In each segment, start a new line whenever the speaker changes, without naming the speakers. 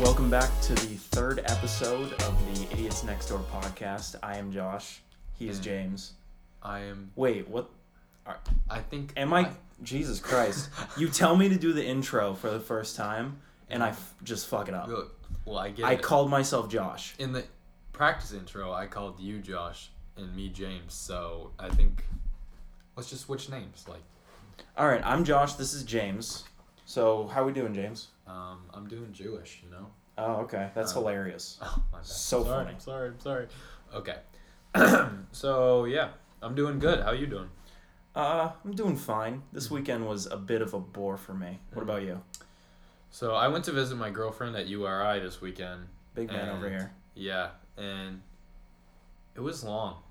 Welcome back to the third episode of the Idiots Next Door podcast. I am Josh. He
Hmm.
is James.
I am.
Wait, what?
I think.
Am I? Jesus Christ! You tell me to do the intro for the first time, and I f- just fuck it up.
Really- well, I get.
I
it.
called myself Josh.
in the practice intro, I called you Josh and me James. So I think let's just switch names. Like,
All right, I'm Josh. This is James. So how we doing, James?
um, I'm doing Jewish. You know.
Oh, okay. That's
Uh,
hilarious.
Oh my bad.
So
sorry,
funny.
I'm sorry. I'm sorry. Okay. so yeah, I'm doing good. How you doing?
Uh, I'm doing fine. This
Hmm.
weekend was a bit of a bore for me. What about you?
So I went to visit my girlfriend at URI this weekend.
Big man over
And-
here.
Yeah, and it was long.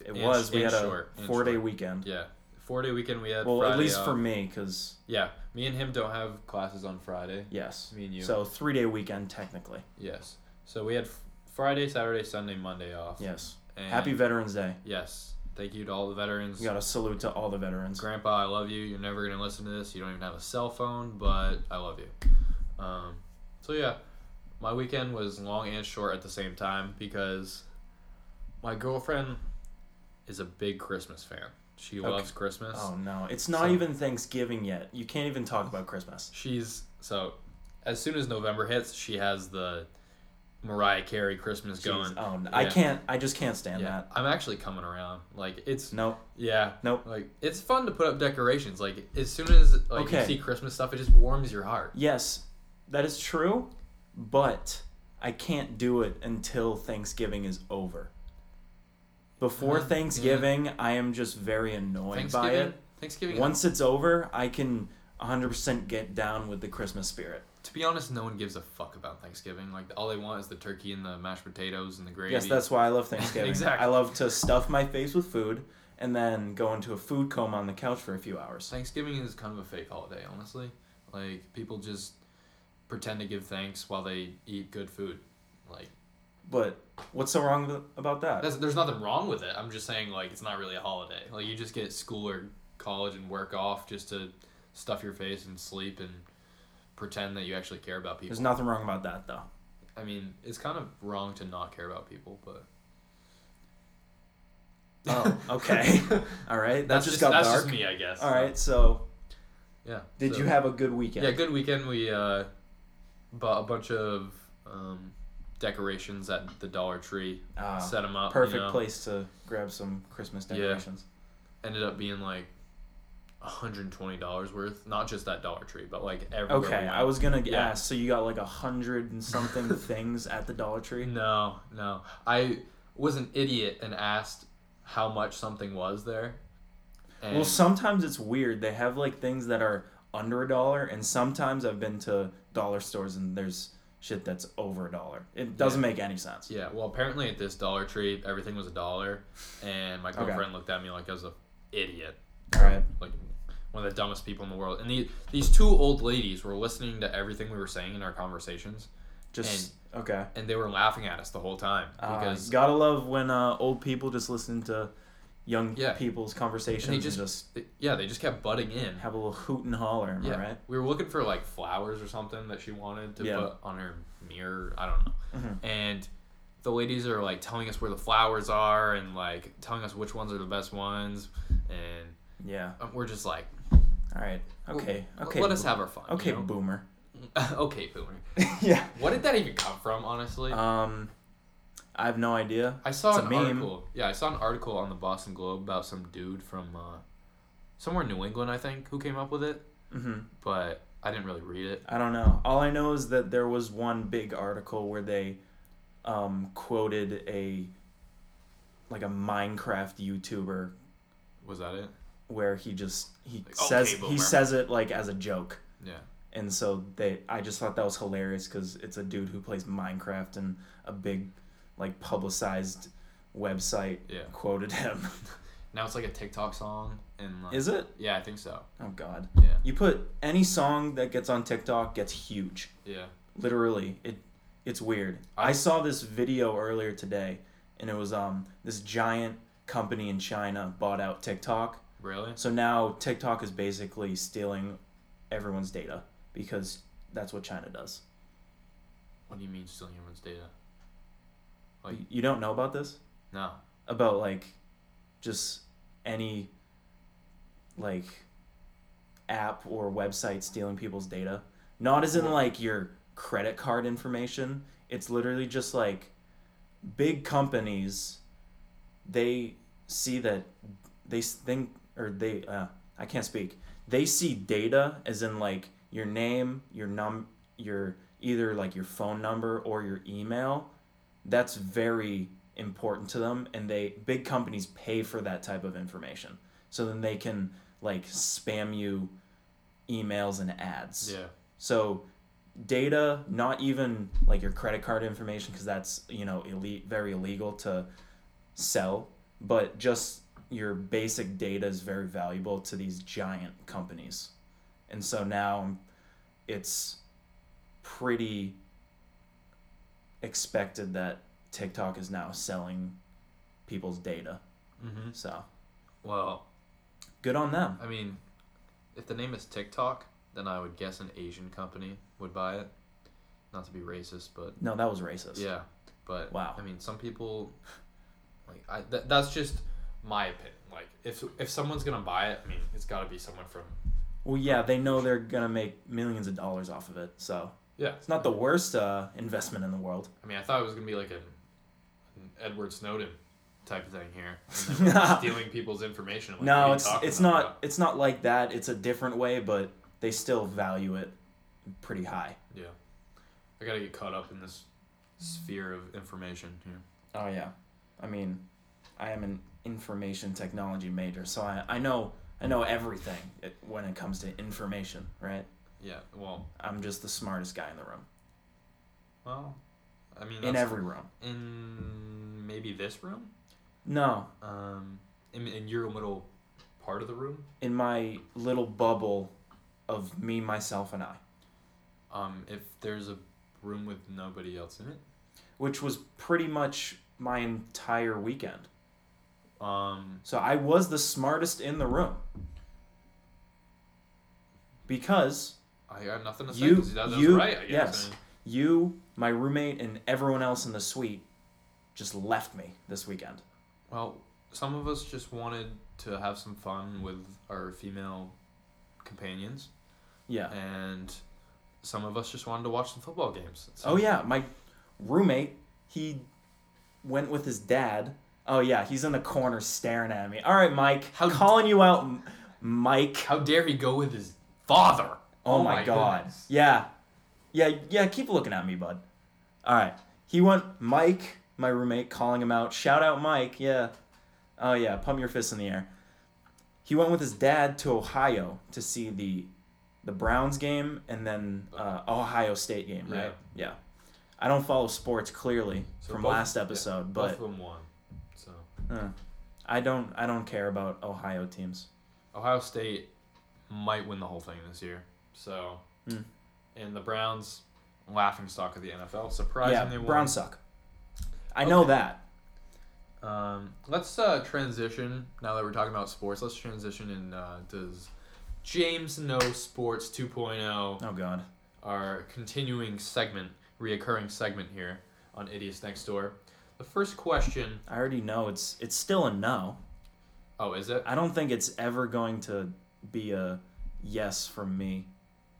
It
and-
was. We
and
had a
short, and
four-day
short.
weekend.
Yeah, four day weekend we had.
Well,
Friday
at least
off.
for me, because
Yeah, me and him don't have classes on Friday.
yes.
Me and you.
So three day weekend technically.
yes. So we had f- Friday, Saturday, Sunday, Monday off.
Yes.
And
Happy Veterans Day.
Yes. Thank you to all the veterans.
We got a salute to all the veterans.
Grandpa, I love you. You're never gonna listen to this. You don't even have a cell phone, but I love you. Um, so yeah, my weekend was long and short at the same time because my girlfriend is a big Christmas fan. She loves Christmas.
Oh no, it's not
So-
even Thanksgiving yet. You can't even talk about Christmas.
She's so as soon as November hits, she has the Mariah Carey Christmas
Jeez.
going.
Oh, n- I
Yeah.
can't. I just can't stand
yeah,
that.
I'm actually coming around. Like it's
No.
yeah,
Nope.
Like it's fun to put up decorations. Like as soon as like
Okay.
you see Christmas stuff, it just warms your heart.
Yes, that is true, but I can't do it until Thanksgiving is over. Before
Mhm, yeah.
Thanksgiving, I am just very annoyed by
Thanksgiving.
it.
Thanksgiving.
Once it's over, I can 100% get down with the Christmas spirit.
to be honest, no one gives a fuck about Thanksgiving. Like all they want is the turkey and the mashed potatoes and the gravy.
Yes, that's why I love Thanksgiving.
Exactly.
I love to stuff my face with food and then go into a food coma on the couch for a few hours.
Thanksgiving is kind of a fake holiday, honestly. Like people just pretend to give thanks while they eat good food. Like
But what's so wrong with- about that?
That's, there's nothing wrong with it. I'm just saying, like, it's not really a holiday. Like, you just get school or college and work off just to stuff your face and sleep and pretend that you actually care about people.
There's nothing wrong about that, though.
I mean, it's kind of wrong to not care about people, but
Oh, okay. All right. That
that's
just
just,
got
that's
dark.
just me, I guess.
All right. So,
Yeah.
did
so-
you have a good weekend?
Yeah, good weekend. We uh, bought a bunch of um, decorations at the Dollar Tree.
Ah,
set them up. you
perfect
know.
place to grab some Christmas
Yeah.
decorations.
ended up being like $120 worth. Not just that Dollar Tree, but like everywhere. we
Okay,
went.
I was gonna
Yeah.
ask. So you got like a hundred and something things at the Dollar Tree.
No, no. I was an idiot and asked how much something was there. And
Well, sometimes it's weird. They have like things that are under a dollar, and sometimes I've been to dollar stores and there's shit that's over a dollar. It doesn't make any sense.
yeah, well, apparently at this Dollar Tree, everything was a dollar, and my
Okay.
girlfriend looked at me like I was a idiot,
All right.
like one of the dumbest people in the world. And these these two old ladies were listening to everything we were saying in our conversations,
Just okay.
and they were laughing at us the whole time
Uh,
because
gotta love when uh, old people just listen to young
Yeah.
people's conversations
And
and
they
just,
just- they- yeah, they just kept butting in.
have a little hoot and holler. Am
Yeah,
I right?
we were looking for like flowers or something that she wanted to
Yeah. Mm-hmm.
put on her mirror. I don't know. And the ladies are like telling us where the flowers are and like telling us which ones are the best ones, and
Yeah.
um, we're just like,
All right. Okay.
"L-
okay.
let us
bo-
have our fun. you
Okay,
know?
boomer.
okay, boomer.
yeah.
What did that even come from? Honestly,
Um, I have no idea.
I saw
it's a
an
meme.
article. Yeah, I saw an article on the Boston Globe about some dude from uh, somewhere in New England, I think, who came up with it,
Mm-hmm.
but I didn't really read it.
I don't know. All I know is that there was one big article where they um, quoted a like a Minecraft YouTuber
Was that it?
where he just he
Like, okay,
says he
boomer.
says it like as a joke.
Yeah.
And so they I just thought that was hilarious cuz it's a dude who plays Minecraft and a big like publicized website
Yeah.
quoted him.
Now it's like a TikTok song and like
is it?
yeah, I think so.
Oh god.
Yeah.
You put any song that gets on TikTok gets huge.
Yeah.
literally it it's weird i saw this video earlier today and it was um this giant company in china bought out tiktok
Really?
so now tiktok is basically stealing everyone's data because that's what china does
What do you mean stealing everyone's data? Like-
you don't know about this?
No.
About like just any like app or website stealing people's data. Not as in like your credit card information. It's literally just like big companies they see that they s- think or they uh, I can't speak. They see data as in like your name, your num your either like your phone number or your email. That's very important to them and they big companies pay for that type of information. So then they can like spam you emails and ads.
Yeah.
So data, not even like your credit card information, because that's you know elite, very illegal to sell, but just your basic data is very valuable to these giant companies, and so now it's pretty expected that TikTok is now selling people's data.
hmm
So
Well,
good on them.
I mean, if the name is TikTok, then I would guess an Asian company would buy it. Not to be racist, but
No, that was racist.
yeah. But
Wow.
I mean, some people like I. Th- that's just my opinion. Like, if if someone's gonna buy it, I mean, it's got to be someone from
Well, yeah, they know they're gonna make millions of dollars off of it, so.
yeah.
It's not the worst uh, investment in the world.
I mean, I thought it was gonna be like an, an Edward Snowden type of thing here, and then we're just stealing people's information. I'm Like, what are
no,
you
it's
talking
it's
about,
not it's not like that. It's a different way, but they still value it pretty high.
bro? Yeah, I gotta get caught up in this sphere of information here.
Oh yeah, I mean, I am an information technology major, so I, I know I know everything it- when it comes to information. Right?
Yeah. Well.
I'm just the smartest guy in the room,
Well, I mean,
in
that's-
every room.
in maybe this room,
No,
um, in, in your little part of the room,
in my little bubble of me, myself, and I,
um, if there's a room with nobody else in it,
which was pretty much my entire weekend.
um,
So I was the smartest in the room. Because
I got nothing to say.
you,
'cause that, that's
you,
right. I guess.
yes,
I mean,
you, my roommate, and everyone else in the suite just left me this weekend.
well, some of us just wanted to have some fun with our female companions,
Yeah.
and some of us just wanted to watch some football games. So,
Oh yeah, my roommate, he went with his dad. Oh yeah, he's in the corner staring at me. All right, Mike,
How-
calling you out, M- Mike.
How dare he go with his father?
Oh, my, god.
goodness.
Yeah. Yeah, yeah, keep looking at me, bud. Alright. He went Mike, my roommate, calling him out. Shout out Mike, yeah. Oh yeah, pump your fist in the air. He went with his dad to Ohio to see the the Browns game and then uh, Ohio State game, right? Yeah. I don't follow sports clearly
So
from
both-
last
yeah,
episode,
both
but
of them won. So
uh, I don't I don't care about Ohio teams.
Ohio State might win the whole thing this year. So,
Hmm.
and the Browns, laughing stock of the NFL, surprisingly
yeah,
won.
Browns suck. I know
Okay.
that.
Um, let's uh, transition now that we're talking about sports. Let's transition and uh, does James know sports 2.0
Oh god.
our continuing segment, reoccurring segment here on Idiots Next Door. The first question.
I already know it's it's still a no.
Oh, is it?
I don't think it's ever going to be a yes from me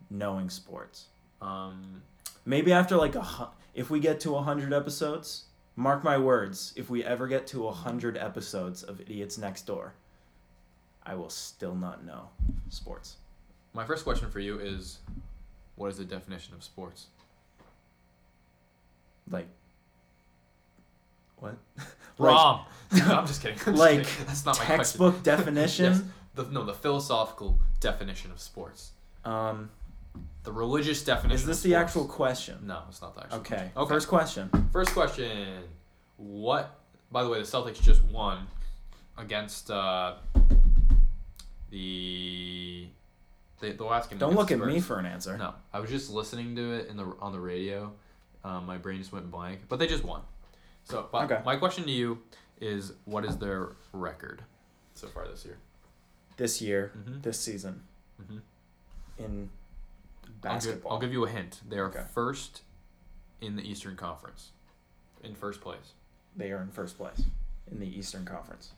knowing sports.
Um,
Maybe after like a hu- if we get to 100 episodes, mark my words, if we ever get to 100 episodes of Idiots Next Door, I will still not know sports.
my first question for you is, what is the definition of sports?
Like what?
Wrong. I'm just kidding. I'm just
Like,
kidding. that's not my question.
textbook definition?
Yes. The, no, the philosophical definition of sports.
Um
The religious definition.
is this
of
the
sports.
actual question?
No, it's not the actual.
Okay.
Okay.
First question.
First question. What? By the way, the Celtics just won against uh, the, the the last game.
Don't
against
look
the
at me
Spurs.
for an answer.
No, I was just listening to it in the on the radio. Um, my brain just went blank, but they just won. So, but
Okay.
my question to you is, what is their record so far this year?
This year,
Mhm.
this season.
Mhm.
in
I'll give-
basketball.
I'll give, you a hint. They are
Okay.
first in the Eastern Conference in first place.
They are in first place in the Eastern Conference.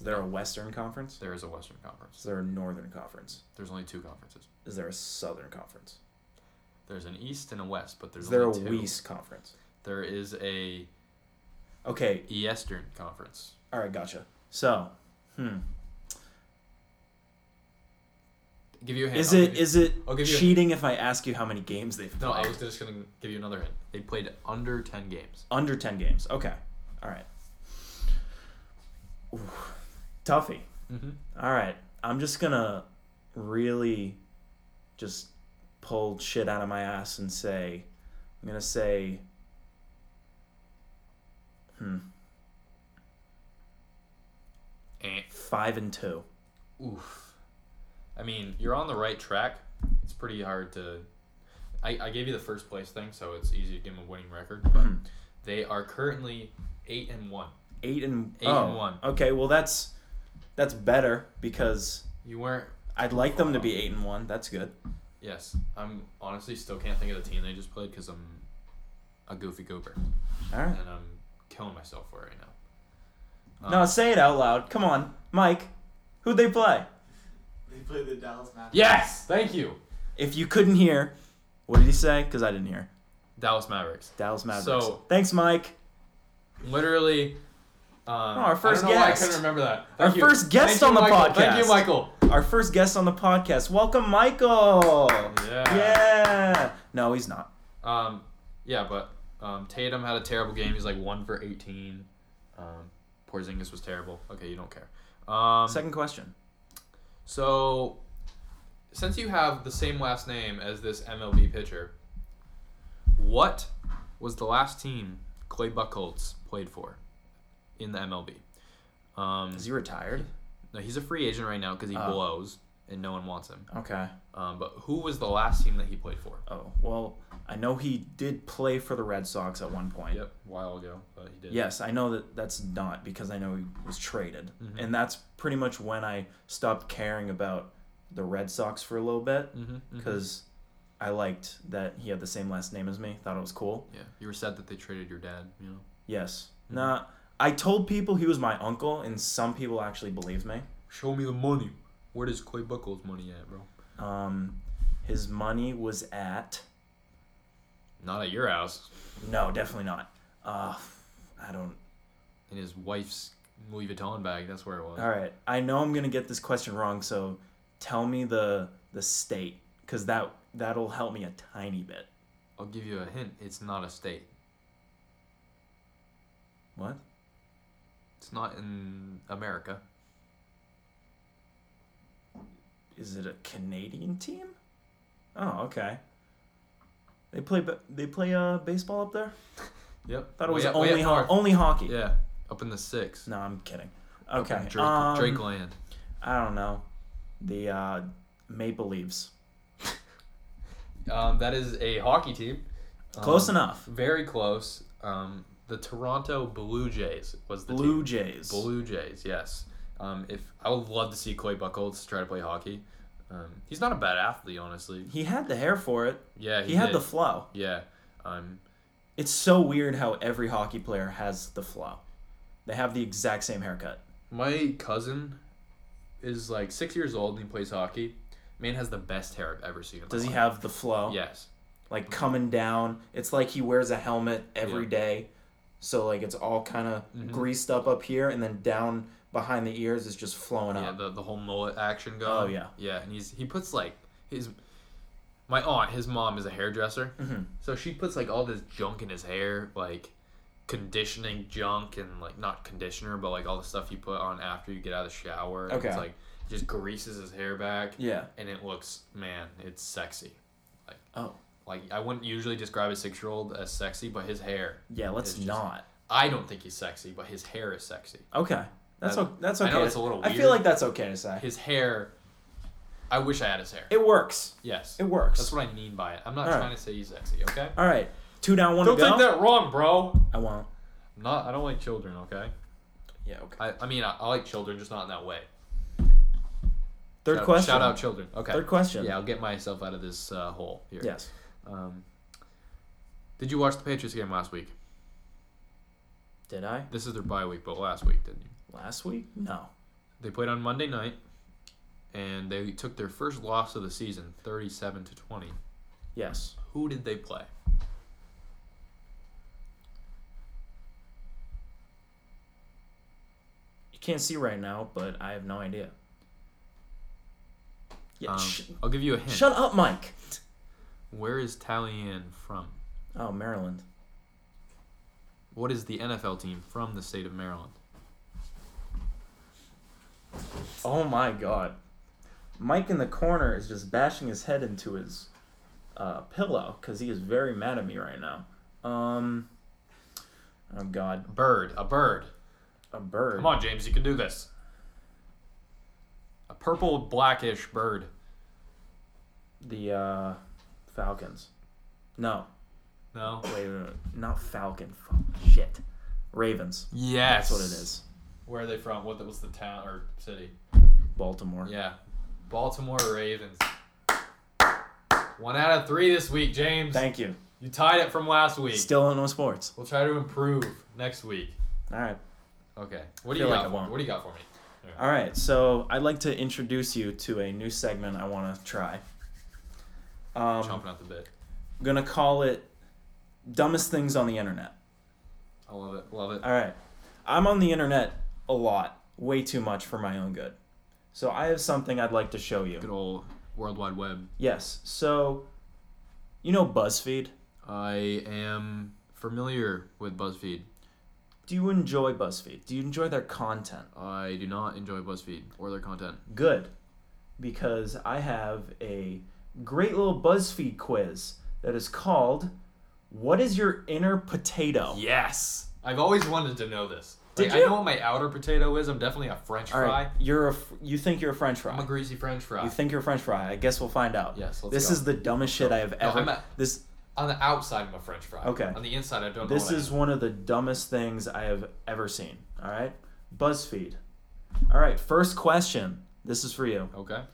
Is there a Western Conference?
There is a Western Conference.
Is there a Northern Conference?
There's only two conferences.
Is there a Southern Conference?
There's an East and a West, but there's
Is there a
only two.
West Conference?
There is a
Okay,
Eastern Conference.
all right, gotcha. So, hmm,
Give you a hint.
is
I'll
it
give you-
is it
I'll give you a-
cheating if I ask you how many games they've played?
No, I was just gonna give you another hint. They played under ten games.
Under ten games. Okay, all right. Ooh, Toughy.
Mm-hmm.
All right, I'm just gonna really just pull shit out of my ass and say, I'm gonna say, hmm, five and two.
Oof. I mean, you're on the right track. It's pretty hard to. I, I gave you the first place thing, so it's easy to give them a winning record. But
Mhm.
they are currently eight and one.
Eight and
Eight
oh,
and one.
Okay, well that's that's better because
You weren't.
I'd like them to be eight and one. That's good.
Yes, I'm honestly still can't think of the team they just played because I'm a goofy goober
All right.
and I'm killing myself for it right now.
No,
Um,
say it out loud. Come on, Mike. Who'd they play?
They play the Dallas Mavericks.
Yes, thank you.
If you couldn't hear, what did he say? Because I didn't hear.
Dallas Mavericks.
Dallas Mavericks.
So-
Thanks, Mike.
Literally.
Oh,
Um,
our first
I don't know why I
guest.
couldn't remember that.
Our
Thank you.
first guest
Thank you,
on the
Michael. Thank
podcast.
you, Michael.
Our first guest on the podcast. Welcome, Michael.
Yeah.
Yeah. No, he's not.
Um, yeah, but um, Tatum had a terrible game. He's like one for eighteen. Um, Porzingis was terrible. Okay, you don't care. Um,
Second question.
so since you have the same last name as this MLB pitcher, what was the last team Clay Buckholz played for in the MLB? Um,
Is he retired?
no, he's a free agent right now because he
Oh.
blows and no one wants him.
Okay.
Um, but who was the last team that he played for?
Oh well, I know he did play for the Red Sox at one point.
Yep, a while ago, but he did.
Yes, I know that that's not because I know he was traded.
Mhm.
And that's pretty much when I stopped caring about the Red Sox for a little bit
Mm-hmm,
because I liked that he had the same last name as me. Thought it was cool.
Yeah, you were sad that they traded your dad. You know,
Yes.
Mm-hmm.
Nah, I told people he was my uncle, and some people actually believed me.
show me the money. Where does Clay Buckles' money at, bro?
Um, his money was at.
Not at your house.
No, definitely not. Uh, I don't.
In his wife's Louis Vuitton bag. That's where it was.
All right, I know I'm gonna get this question wrong, so tell me the the state, cause that that'll help me a tiny bit.
I'll give you a hint. It's not a state.
What?
It's not in America.
Is it a Canadian team? Oh, okay. They play ba- they play uh baseball up there.
Yep.
Thought it was
Way up- way
only
up
ho-
north.
only hockey.
Yeah, up in the six.
No, I'm kidding.
Up in
Okay.
Drake,
um,
Drake Land.
I don't know. The uh, Maple Leaves.
Um, that is a hockey team.
Close
Um,
enough.
Very close. Um, the Toronto Blue Jays was the team.
Blue Jays.
Blue Jays, yes. Um, if I would love to see Clay Buckholz try to play hockey. Um, he's not a bad athlete, honestly.
He had the hair for it.
Yeah, he,
He had
did.
the flow.
yeah. Um,
It's so weird how every hockey player has the flow. They have the exact same haircut.
my cousin is like six years old and he plays hockey. Man has the best hair I've ever seen. in my
Does he
life.
have the flow?
Yes.
Like coming down. It's like he wears a helmet every
Yeah. Mm-hmm.
day. So like it's all kind of greased up up here and then down behind the ears is just flowing
Yeah,
up.
uh, the, the whole mullet action going.
Oh, yeah.
Yeah, and he's he puts like his my aunt, his mom is a hairdresser,
Mhm.
so she puts like all this junk in his hair, like conditioning junk and like not conditioner, but like all the stuff you put on after you get out of the shower. and
Okay.
It's like just greases his hair back,
Yeah.
and it looks man, it's sexy.
Oh.
Like I wouldn't usually describe a six year old as sexy, but his hair.
Yeah, let's
It's just-
not.
I don't think he's sexy, but his hair is sexy.
Okay. That's
I-
o- that's
I
okay.
know it's a little
I feel
weird.
like that's okay to say.
His hair. I wish I had his hair.
It works.
Yes.
It works.
That's what I mean by it. I'm not
All right.
trying to say he's sexy, okay?
All right, two down, one
Don't
to go.
take that wrong, bro.
I won't.
I'm not. I don't like children, okay?
Yeah. Okay.
I, I mean, I, I like children, just not in that way.
Third
shout,
question.
Shout out children. Okay.
Third question.
Yeah, I'll get myself out of this uh, hole here.
Yes.
Um, Did you watch the Patriots game last week?
Did I?
This is their bye week, but last week, didn't you?
Last week? No.
They played on Monday night, and they took their first loss of the season, thirty-seven to twenty.
Yes.
Who did they play?
You can't see right now, but I have no idea. Yeah.
Um,
sh-
I'll give you a hint.
shut up, Mike.
Where is Tallyan from?
Oh, Maryland.
What is the NFL team from the state of Maryland?
Oh my god. Mike in the corner is just bashing his head into his uh, pillow because he is very mad at me right now. Um. Oh god,
Bird. A bird.
a bird.
Come on, James, you can do this. A purple blackish bird.
The uh, Falcons. No,
No.
wait, wait, wait, not Falcon. Fuck, shit. Ravens. That's
Yes.
what it is.
Where are they from? What was the town or city?
Baltimore.
Yeah. Baltimore Ravens. One out of three this week, James.
Thank you.
you tied it from last week.
Still Illinois sports.
We'll try to improve next week.
All right.
Okay. What do
Feel
you
like I
got for me?
won't.
What do you got for me?
All right, so I'd like to introduce you to a new segment I want to try. Um,
Chomping out the bit.
I'm gonna call it "Dumbest Things on the Internet."
I love it. Love it.
All right, I'm on the internet a lot, way too much for my own good. So I have something I'd like to show you.
Good old World Wide Web.
Yes. So, you know BuzzFeed.
I am familiar with BuzzFeed.
Do you enjoy BuzzFeed? Do you enjoy their content?
I do not enjoy BuzzFeed or their content.
Good. Because I have a great little BuzzFeed quiz that is called What is Your Inner Potato?
Yes. I've always wanted to know this. Like,
Did
I
you?
know what my outer potato is. I'm definitely a French
All
fry.
right. You're a f- you think you're a french fry.
I'm a greasy French fry.
you think you're a french fry. I guess we'll find out.
Yes, let's
this
go.
is the dumbest shit I have
No,
ever
I'm a-
This
On the outside, I'm a French fry.
Okay.
On the inside, I don't know.
This
what I
is
am.
one of the dumbest things I have ever seen. All right? BuzzFeed. All right, first question. This is for you.
okay.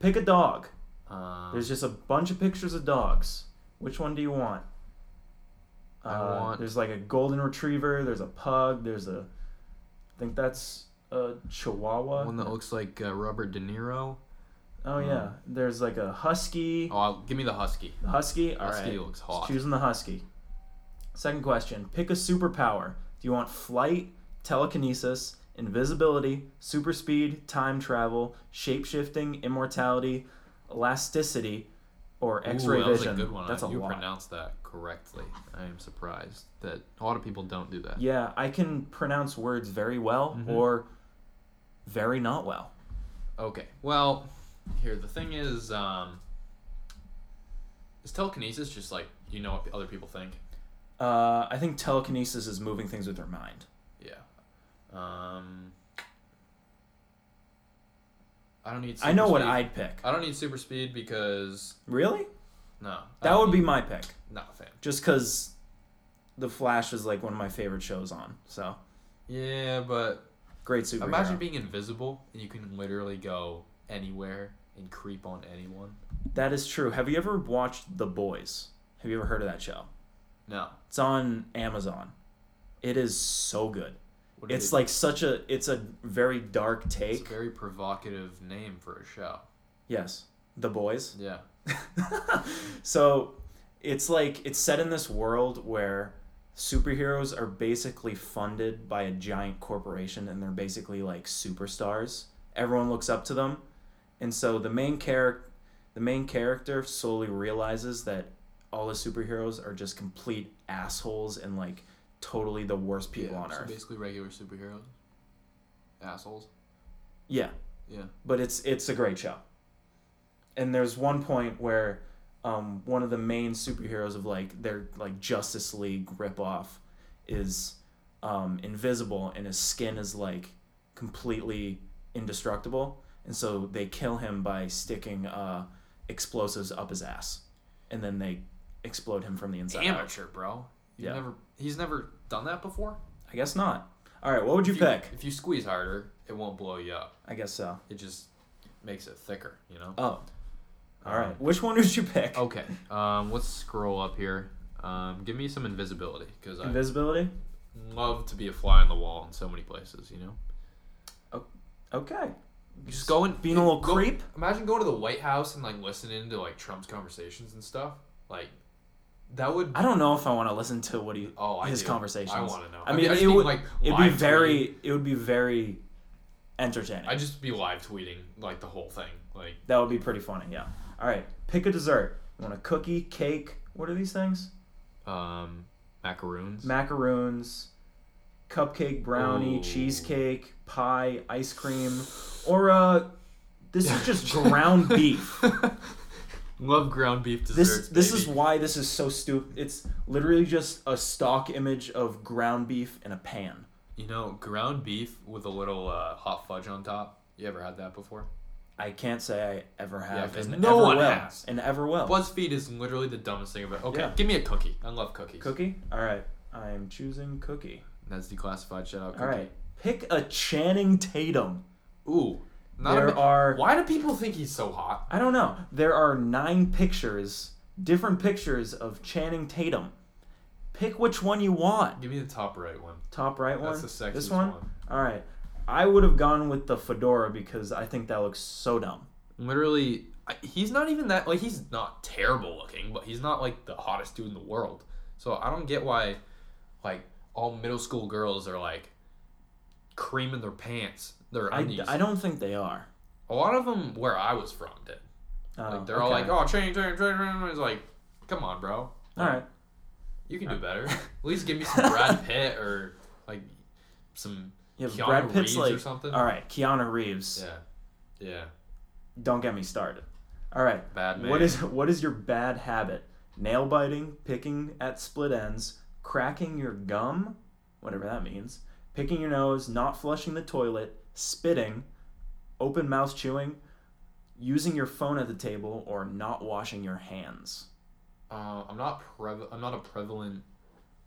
Pick a dog.
Um,
There's just a bunch of pictures of dogs. Which one do you want? Uh,
I want-
There's like a golden retriever. There's a pug. There's a. I think that's a chihuahua.
one that Uh-huh. looks like uh, Robert De Niro.
oh yeah. There's like a husky.
Oh, I'll, give me the husky.
Husky. All right.
Husky looks hot.
Choosing the husky. Second question: Pick a superpower. Do you want flight, telekinesis, invisibility, super speed, time travel, shape shifting, immortality, elasticity, or X-ray
Ooh, that
vision?
was a good one.
That's a
you
lot.
pronounced that correctly. I am surprised that a lot of people don't do that.
yeah, I can pronounce words very well
Mm-hmm.
or very not well.
Okay. Well, here the thing is, um, is telekinesis just like you know what other people think?
Uh, I think telekinesis is moving things with your mind.
Yeah. Um, I don't need.
I know
super
what
speed. Uh,
I'd pick.
I don't need super speed because
Really?
no. I
That
don't
would be
need-
my pick.
not a fan.
just because the flash is like one of my favorite shows on so
Yeah, but
great superhero
imagine being invisible and you can literally go anywhere and creep on anyone.
that is true have you ever watched the boys have you ever heard of that show
No.
it's on amazon it is so good
What do
it's
they-
like such a it's a very dark
it's a
take
very provocative name for a show.
yes the boys
Yeah.
so it's like it's set in this world where superheroes are basically funded by a giant corporation and they're basically like superstars everyone looks up to them and so the main character the main character slowly realizes that all the superheroes are just complete assholes and like totally the worst people
yeah.
on
so
earth
basically regular superheroes. Assholes.
yeah
Yeah.
but it's it's a great show. And there's one point where um, one of the main superheroes of like their like Justice League ripoff is um, invisible and his skin is like completely indestructible, and so they kill him by sticking uh, explosives up his ass, and then they explode him from the inside. out.
Amateur, bro. You've
Yeah.
never he's never done that before?
I guess not. All right, what would you
If you-
pick?
If you squeeze harder, it won't blow you up.
I guess so.
It just makes it thicker, you know?
Oh, All right. Which one would you pick?
Okay. Um, let's scroll up here. Um, give me some invisibility because I
Invisibility.
love to be a fly on the wall in so many places. You know,
Okay.
just going
being a little
go-
creep?
Imagine going to the White House and like listening to like Trump's conversations and stuff. Like that would.
I don't know if I want to listen to what he
Oh, I
his
do.
conversations.
I wanna know.
I
I
mean,
mean, I just
it
mean,
would
like,
it'd be
live
very it would be very entertaining.
I'd just be live tweeting like the whole thing. Like
that would be pretty funny. Yeah. All right. Pick a dessert. You want a cookie, cake? What are these things?
um, macaroons.
Macaroons, cupcake, brownie,
Ooh.
cheesecake, pie, ice cream, or uh, this is just ground beef.
Love ground beef
This
desserts.
this is
baby.
why this is so stupid. It's literally just a stock image of ground beef in a pan.
you know ground beef with a little uh, hot fudge on top. You ever had that before?
I can't say I ever have,
'cause
and
no
ever
one
will,
has.
and ever will.
BuzzFeed is literally the dumbest thing about. Okay,
Yeah.
give me a cookie. I love cookies.
Cookie. All right, I'm choosing cookie.
That's declassified. Shout out. Cookie.
All right, pick a Channing Tatum.
Ooh. Not
there
a, ma-
are
Why do people think he's so hot?
I don't know. There are nine pictures, different pictures of Channing Tatum. Pick which one you want.
Give me the top right one.
Top right one.
That's the sexiest
This one.
one.
All right. I would have gone with the fedora because I think that looks so dumb.
Literally, I, he's not even that. Like, he's not terrible looking, but he's not like the hottest dude in the world. So I don't get why, like, all middle school girls are like creaming their pants, their
I,
undies.
I don't think they are.
A lot of them where I was from did.
Oh,
Like, they're all
okay.
like, oh, train, train, train, train. It's like, come on, bro.
all right.
You can do better. At least give me some Brad Pitt or like some
Yeah,
Keanu
Brad Pitt's
Reeves
like,
or something.
all right, Keanu Reeves.
Yeah, yeah.
Don't get me started. All right.
Bad man.
What is what is your bad habit? Nail biting, picking at split ends, cracking your gum, whatever that means, picking your nose, not flushing the toilet, spitting, open mouth chewing, using your phone at the table, or not washing your hands.
Uh, I'm not prev- I'm not a prevalent.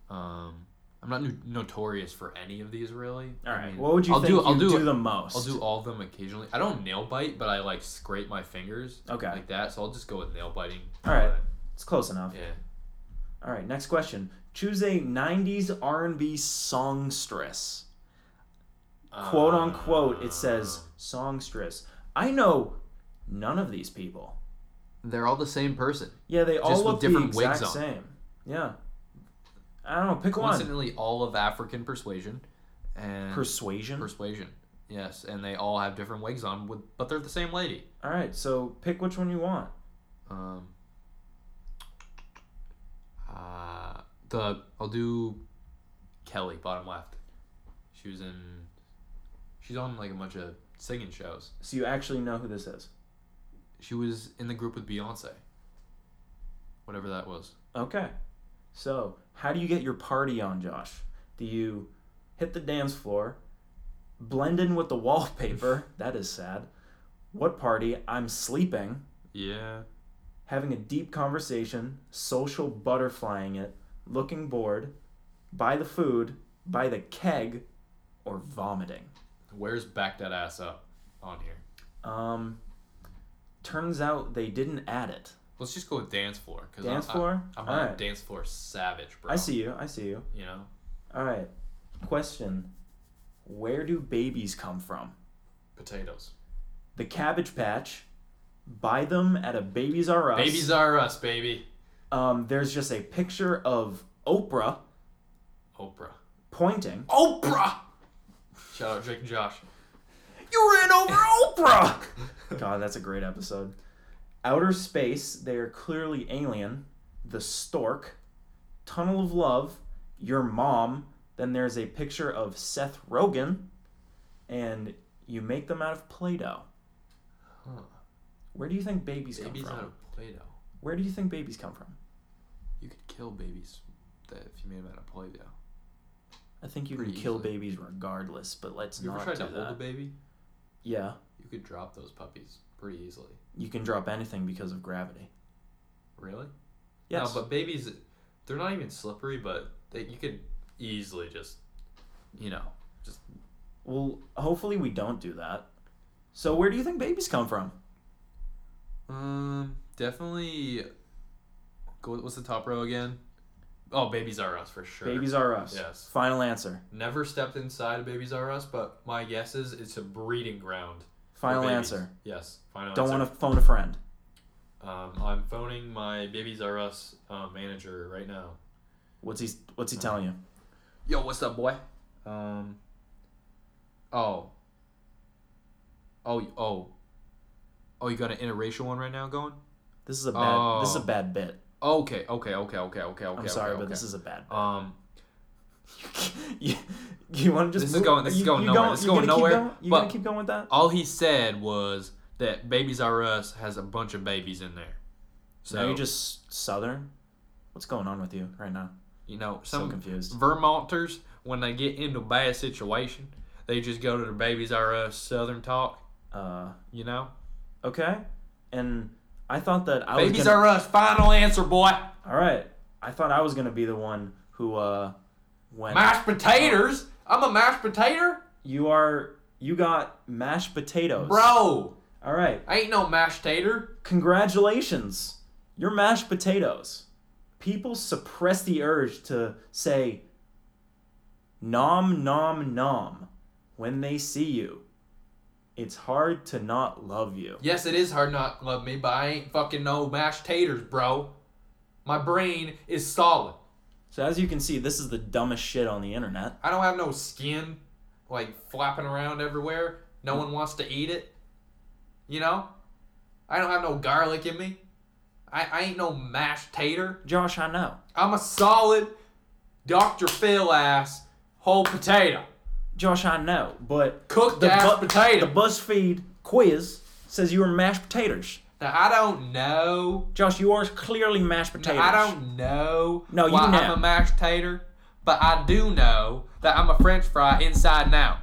Um, I'm not no- notorious for any of these really.
All
I
right.
mean,
What would you
I'll
think
do? I'll
you
do.
the most?
I'll do all of them occasionally. I don't nail bite, but I like scrape my fingers.
Okay.
Like that. So I'll just go with nail biting.
All right. It's close enough.
Yeah.
All right, next question. Choose a 90s R&B songstress. Quote
Um,
unquote, it says songstress. I know none of these people.
they're all the same person.
Yeah, they all
Just with
look the
different wigs
exact
on.
same. Yeah. I don't know, pick one.
Coincidentally, all of African persuasion and
Persuasion.
persuasion. Yes, and they all have different wigs on, with, but they're the same lady.
all right, so pick which one you want.
Um, uh, the I'll do Kelly, bottom left. She was in. She's on like a bunch of singing shows.
So you actually know who this is.
She was in the group with Beyonce. Whatever that was.
Okay. So, how do you get your party on, Josh? Do you hit the dance floor, blend in with the wallpaper? that is sad. What party? I'm sleeping,
Yeah.
having a deep conversation, social butterflying it, looking bored, buy the food, buy the keg, or vomiting.
Where's back that ass up on here?
Um, turns out they didn't add it.
Let's just go with dance floor. 'cause
Dance
I'm,
floor?
I, am
All
on
right.
dance floor savage, bro.
I see you. I see you.
You know.
All right. Question Where do babies come from?
Potatoes.
The Cabbage Patch. Buy them at a Babies R Us.
Babies are us, baby.
Um, there's just a picture of Oprah
Oprah.
pointing.
Oprah. Shout out Drake and Josh. You ran over
Oprah! God, that's a great episode. Outer Space. They are clearly alien. The Stork. Tunnel of Love. Your Mom. Then there's a picture of Seth Rogen. And you make them out of Play Doh.
Huh.
Where do you think babies come
Babies
from?
out of Play-Doh.
Where do you think babies come from?
You could kill babies that if you made them out of Play-Doh.
I think you
Pretty
can kill
easily.
babies regardless, but let's
Have you
not
ever tried
do
to hold
that.
a baby?
Yeah,
You could drop those puppies pretty easily.
you can drop anything because of gravity.
Really?
Yes,
No, but babies, they're not even slippery, but they, you could easily just, you know, just
well, hopefully we don't do that. So where do you think babies come from?
um Definitely. Go. What's the top row again? Oh, Babies R Us for sure.
Babies R Us.
Yes.
Final answer.
Never stepped inside a Babies R Us, but my guess is it's a breeding ground. for
Final
babies.
answer.
Yes. Final
Don't
answer.
want to phone a friend.
Um, I'm phoning my Babies R Us uh, manager right now.
What's he? What's
Uh-huh.
he telling you?
Yo, what's up, boy? Um. Oh. Oh. y- Oh. Oh, you got an interracial one right now going?
This is a bad. This is a
Oh.
bad bit.
Okay. Okay. Okay. Okay. Okay. Okay.
I'm sorry,
okay,
but
okay.
this is a bad.
Um.
you, you want to just?
This is
move-
going- this is
you-
going
you
nowhere.
Going,
This is
you
going
gonna keep
nowhere,
going? You
but-
gonna keep going with that?
All he said was that Babies R Us has a bunch of babies in there. So
So you're just southern. What's going on with you right now?
you know
So
some
confused.
Vermonters when they get into a bad situation, they just go to the Babies R Us Southern talk.
Uh,
You know,
okay. And I thought that I was.
Babies
Gonna,
R Us. Final answer, boy.
all right. I thought I was gonna be the one who uh, went.
Mashed potatoes. I'm a mashed potato,
you are. You got mashed potatoes,
bro.
All right.
I ain't no mashed tater.
Congratulations. You're mashed potatoes. People suppress the urge to say nom nom nom when they see you. It's hard to not love you.
Yes, it is hard not to love me, but I ain't fucking no mashed taters, bro. My brain is solid.
So as you can see, this is the dumbest shit on the internet.
I don't have no skin like flapping around everywhere. No one wants to eat it. You know? I don't have no garlic in me. I, I ain't no mashed tater.
Josh, I know.
I'm a solid Dr. Phil ass whole potato.
Josh, I know, but
Cooked
the,
ass
Bu-
potato.
the BuzzFeed quiz says you are mashed potatoes.
now, I don't know.
Josh, you are clearly mashed potatoes.
I don't know
No, you
why
know.
I'm a mashed tater, but I do know that I'm a french fry inside now.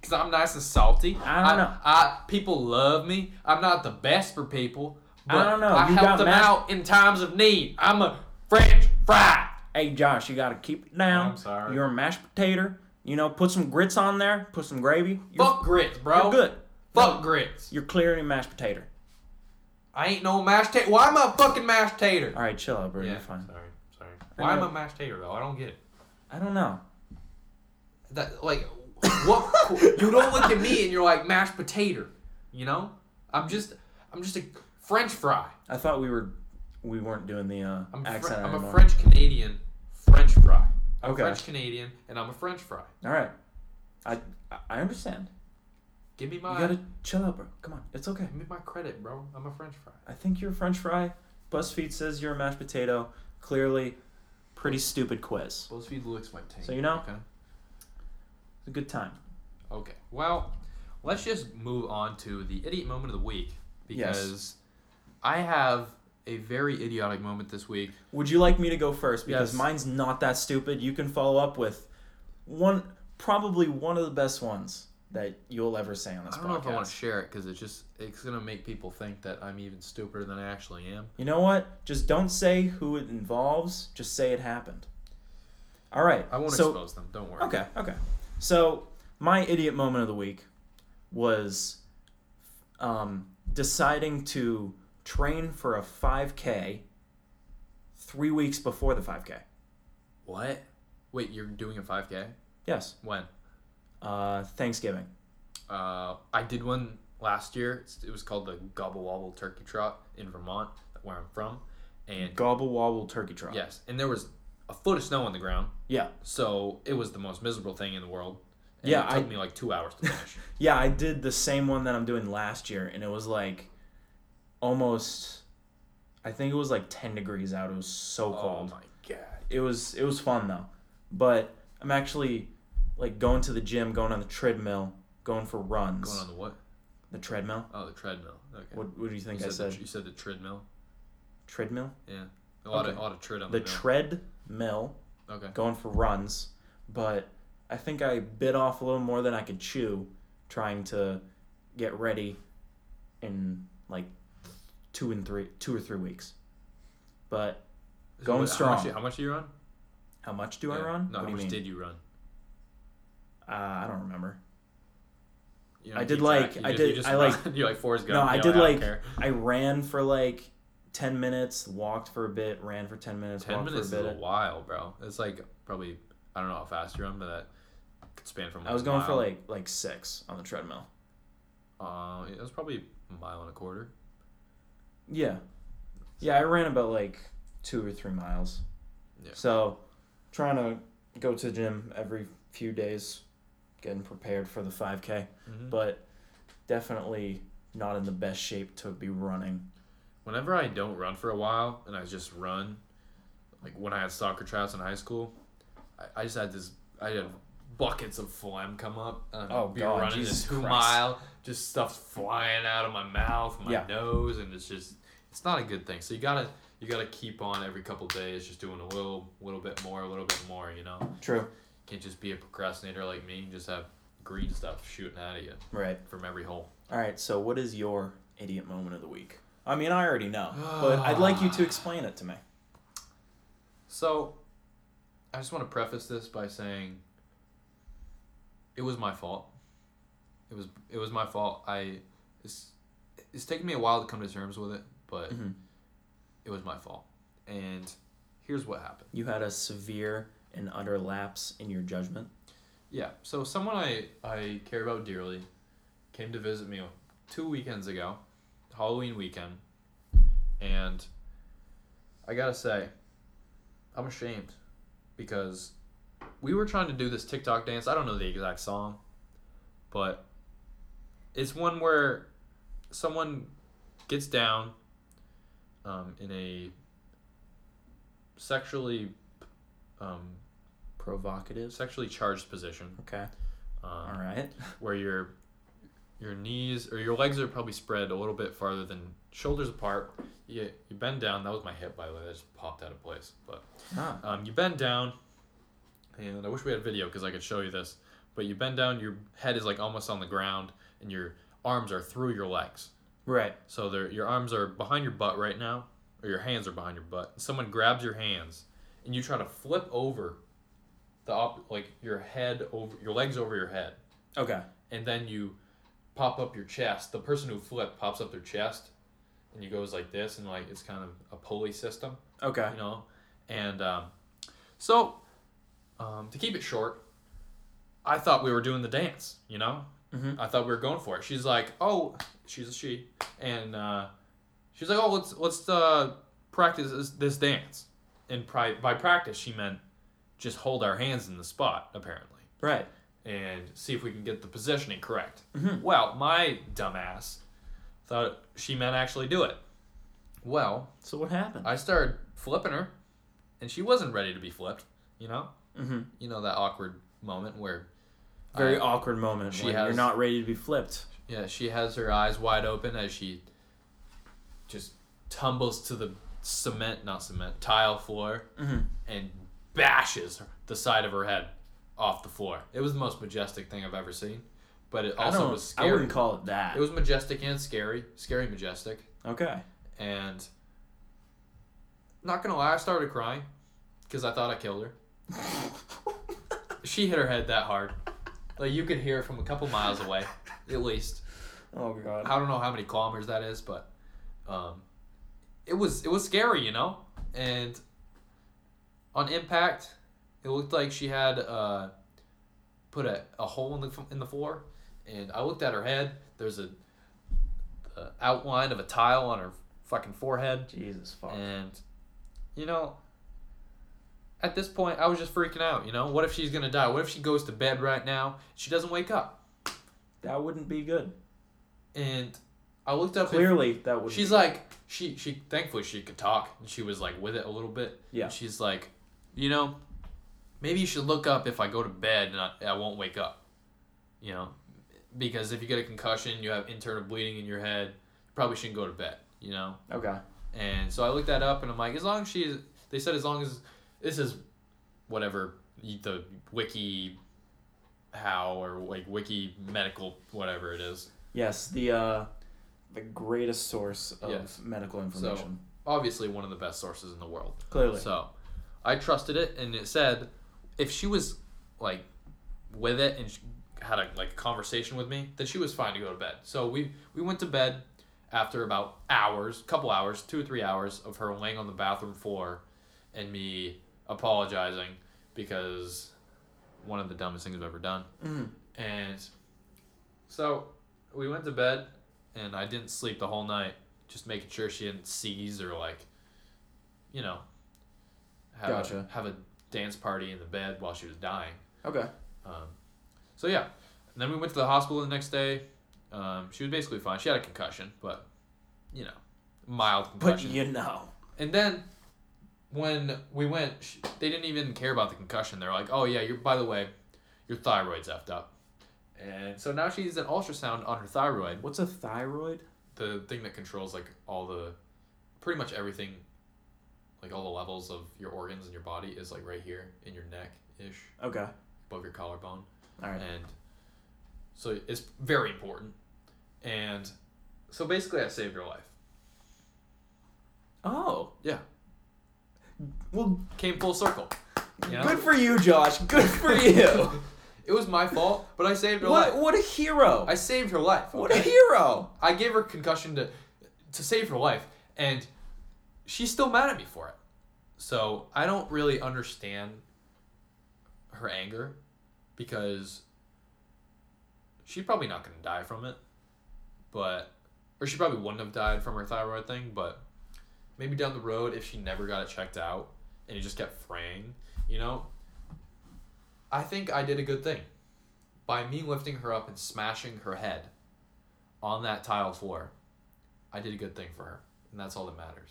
Because I'm nice and salty.
I don't know.
I, people love me. I'm not the best for people, but
I don't know.
I
You
help
got
them
mashed-
out in times of need. I'm a french fry.
Hey Josh, you gotta keep it down.
Oh, I'm sorry.
You're a mashed potato. You know, put some grits on there, put some gravy. You're,
Fuck grits, bro.
you're good.
Fuck grits.
You're clearly a mashed potato.
I ain't no mashed tater. Why am I a fucking mashed tater?
All right, chill out, bro.
Yeah,
You're fine.
sorry, sorry. Why am I a mashed tater, though? I don't get it.
I don't know.
that like what you don't look at me and you're like mashed potato you know i'm just i'm just a french fry
I thought we were we weren't doing the uh,
i'm, a Fre-
accent
I'm a
anymore.
french canadian french fry i'm
Okay.
a french canadian and i'm a french fry
All right. I I understand.
give me
You
my
gotta chill out, bro. Come on, it's okay.
give me my credit bro i'm a french fry
I think you're a French fry. BuzzFeed says you're a mashed potato. Clearly, pretty stupid quiz.
buzzfeed looks my tank
So you know-
okay
It's a good time.
okay well let's just move on to the idiot moment of the week
Yes.
because i have a very idiotic moment this week
Would you like me to go first? Because
Yes.
mine's not that stupid. You can follow up with one, probably one of the best ones that you'll ever say on this
I don't
podcast.
know if I want to share it because it's just it's gonna make people think that I'm even stupider than I actually am.
You know what? Just don't say who it involves. Just say it happened. All right.
I won't
so,
expose them. Don't worry.
Okay. Okay. So my idiot moment of the week was um, deciding to train for a 5K three weeks before the 5K.
What? Wait, you're doing a 5K?
Yes.
When?
Uh, Thanksgiving.
Uh, I did one last year. It's- It was called the Gobble Wobble Turkey Trot in Vermont, where I'm from. And
Gobble wobble turkey trot.
yes, and there was a foot of snow on the ground,
Yeah.
so it was the most miserable thing in the world. And
Yeah,
it took
I-
me like two hours to finish.
Yeah, I did the same one that I'm doing last year, and it was like almost. I think it was like ten degrees out. It was so
oh
cold.
my god.
It was it was fun though, but I'm actually like going to the gym, going on the treadmill, going for runs.
Going on the what?
the treadmill.
Oh, the treadmill. Okay.
What what do you
you
think I
said,
said?
The, tr- you said the treadmill.
treadmill.
Yeah. A lot of
Okay.
a lot of tread on
The
the, mill.
treadmill.
Okay.
Going for runs, but I think I bit off a little more than I could chew, trying to get ready in like two and three, two or three weeks. But Going
What- How
strong.
much, how much do you run?
how much do I
Yeah.
run? what
No, how
do you
much
mean?
did you run?
Uh, I don't remember.
You don't
I did
keep track.
like-
You
I
just-
did-
You just
I like-
run. you like Forrest Gump.
no, I
you know,
did
don't
like
care.
I ran for like 10 minutes, walked for a bit, ran for 10 minutes,
Ten
walked
minutes
for a
is a
bit.
while, bro. It's like probably I don't know how fast you're on, but that could span from.
I was going
a
for
mile-
like like 6 on the treadmill.
Uh, it was probably a mile and a quarter.
Yeah. Yeah, I ran about like 2 or 3 miles.
Yeah.
So, trying to go to the gym every few days, getting prepared for the 5k,
Mhm.
but definitely not in the best shape to be running.
Whenever I don't run for a while and I just run, like when I had soccer tryouts in high school, I, I just had this. I had buckets of phlegm come up. And I'd
Oh,
be
God,
running
Jesus
this two
Christ.
mile, just stuff's flying out of my mouth, my
Yeah.
nose, and it's just it's not a good thing. So you gotta you gotta keep on every couple days, just doing a little little bit more, a little bit more. You know,
True.
can't just be a procrastinator like me and just have green stuff shooting out of you
Right.
from every hole.
All right, so what is your idiot moment of the week? I mean, I already know, but I'd like you to explain it to me.
So, I just want to preface this by saying it was my fault. It was it was my fault. I it's it's taken me a while to come to terms with it, but
Mhm.
it was my fault. And here's what happened.
You had a severe and utter lapse in your judgment.
Yeah. So someone I I care about dearly came to visit me two weekends ago, Halloween weekend, and I gotta say, I'm ashamed because we were trying to do this TikTok dance. I don't know the exact song, but it's one where someone gets down um, in a sexually um,
Provocative.
sexually charged position.
Okay.
Um,
All right.
where your your knees or your legs are probably spread a little bit farther than shoulders apart. You, you bend down. That was my hip, by the way. That just popped out of place. But
Ah,
um, you bend down, and I wish we had video because I could show you this. But you bend down. Your head is like almost on the ground, and your arms are through your legs.
right.
So they're, your arms are behind your butt right now, or your hands are behind your butt. Someone grabs your hands, and you try to flip over the op- like your head over your legs over your head
Okay.
and then you pop up your chest. The person who flipped pops up their chest, and you goes like this, and like it's kind of a pulley system,
Okay.
you know. And um, so, um, to keep it short, I thought we were doing the dance, you know.
Mhm.
I thought we were going for it. She's like, oh, she's a she, and uh, she's like, oh, let's let's uh, practice this, this dance. And pri- by practice, she meant just hold our hands in the spot, apparently
Right.
and see if we can get the positioning correct.
Mm-hmm.
Well, my dumbass thought she meant actually do it. Well,
So what happened?
I started flipping her, and she wasn't ready to be flipped. You know,
mm-hmm.
you know that awkward moment where
Very
I-
awkward moment
She
when you're
has-
not ready to be flipped.
yeah she has her eyes wide open as she just tumbles to the cement not cement tile floor
Mhm.
and bashes her- the side of her head off the floor. It was the most majestic thing I've ever seen, but it
I
also
don't.
was
I
scary.
wouldn't call it that.
It was majestic and scary, scary majestic,
okay.
and not gonna lie, I started crying because I thought I killed her. She hit her head that hard, like you could hear it from a couple miles away, at least.
oh god.
I don't know how many kilometers that is, but um, it was it was scary, you know. And on impact, it looked like she had uh, put a, a hole in the f- in the floor, and I looked at her head. There's a, a outline of a tile on her fucking forehead,
Jesus fuck.
and you know. At this point, I was just freaking out. You know, what if she's gonna die? What if she goes to bed right now? She doesn't wake up,
That wouldn't be good.
and I looked up. if-
Clearly, that would.
She's like she she thankfully she could talk and she was like with it a little bit.
Yeah.
And she's like, you know, maybe you should look up if I go to bed and I, I won't wake up. You know, because if you get a concussion, you have internal bleeding in your head. You probably shouldn't go to bed. You know.
okay.
And so I looked that up, and I'm like, as long as she's, they said as long as this is, whatever y- the wiki, how or like wiki medical whatever it is.
Yes, the uh, the greatest source of
Yes.
medical information.
Obviously, one of the best sources in the world.
Clearly.
So I trusted it, and it said if she was like with it and she had a like a conversation with me, then she was fine to go to bed. So we we went to bed. after about hours, couple hours, two or three hours of her laying on the bathroom floor and me apologizing because one of the dumbest things I've ever done.
Mhm.
And so we went to bed and I didn't sleep the whole night, just making sure she didn't seize or like, you know, have,
Gotcha.
a, have a dance party in the bed while she was dying.
Okay.
Um, so yeah, and then we went to the hospital the next day. Um, she was basically fine. She had a concussion, but you know, mild
But
concussion.
you know.
And then when we went, sh they didn't even care about the concussion. They're like, "Oh yeah, you're by the way, your thyroid's effed up." And so now she's an ultrasound on her thyroid,
What's a thyroid?
the thing that controls like all the, pretty much everything, like all the levels of your organs in your body is like right here in your neck ish,
Okay.
above your collarbone
All right.
and so it's very important. And so basically, I saved her life.
Oh.
Yeah,
Well,
came full circle. You know?
good for you, Josh. Good for you.
It was my fault, but I saved her
what
life.
what a hero.
I saved her life.
what a
okay?
hero.
I gave her concussion to to save her life, and she's still mad at me for it. So I don't really understand her anger because she's probably not gonna die from it, but or she probably wouldn't have died from her thyroid thing, but maybe down the road if she never got it checked out and it just kept fraying, you know. I think I did a good thing by me lifting her up and smashing her head on that tile floor. I did a good thing for her, and that's all that matters.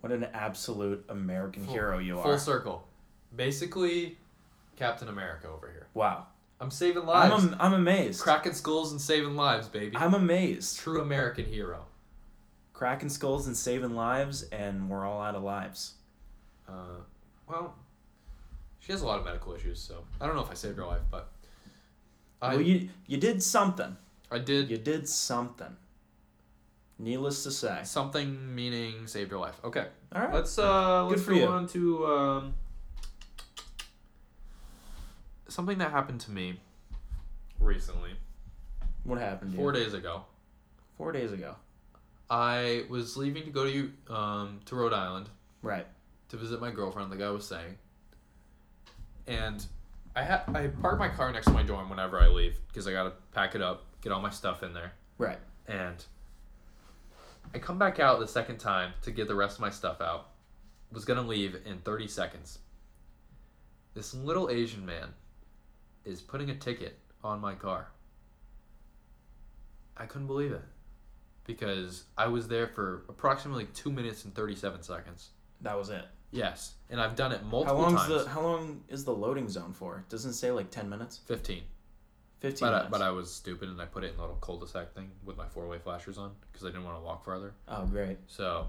What an absolute American hero you
Full
are.
circle. Basically, Captain America over here.
Wow.
I'm saving
I'm,
lives.
am- I'm amazed.
cracking skulls and saving lives, baby.
I'm amazed.
True American hero.
Cracking skulls and saving lives, and we're all out of lives.
Uh, well, she has a lot of medical issues, so I don't know if I saved her life, but I,
well, you you did something.
I did
You did something. Needless to say.
something meaning saved her life. Okay.
All right.
Let's uh
Good
let's
for
go
you.
on to um something that happened to me recently.
What happened? to you?
Four days ago.
Four days ago.
I was leaving to go to um to Rhode Island
Right.
to visit my girlfriend, like I was saying. And I had I park my car next to my dorm whenever I leave because I gotta pack it up, get all my stuff in there,
Right.
and I come back out the second time to get the rest of my stuff out. Was gonna leave in thirty seconds. This little Asian man is putting a ticket on my car. I couldn't believe it because I was there for approximately two minutes and thirty-seven seconds.
That was it.
Yes, and I've done it
How
multiple
long's
times.
the How long is the loading zone for? Doesn't it say like ten minutes,
Fifteen,
fifteen
but I,
minutes.
but I was stupid and I put it in a little cul-de-sac thing with my four-way flashers on because I didn't want to walk farther.
oh, great.
So,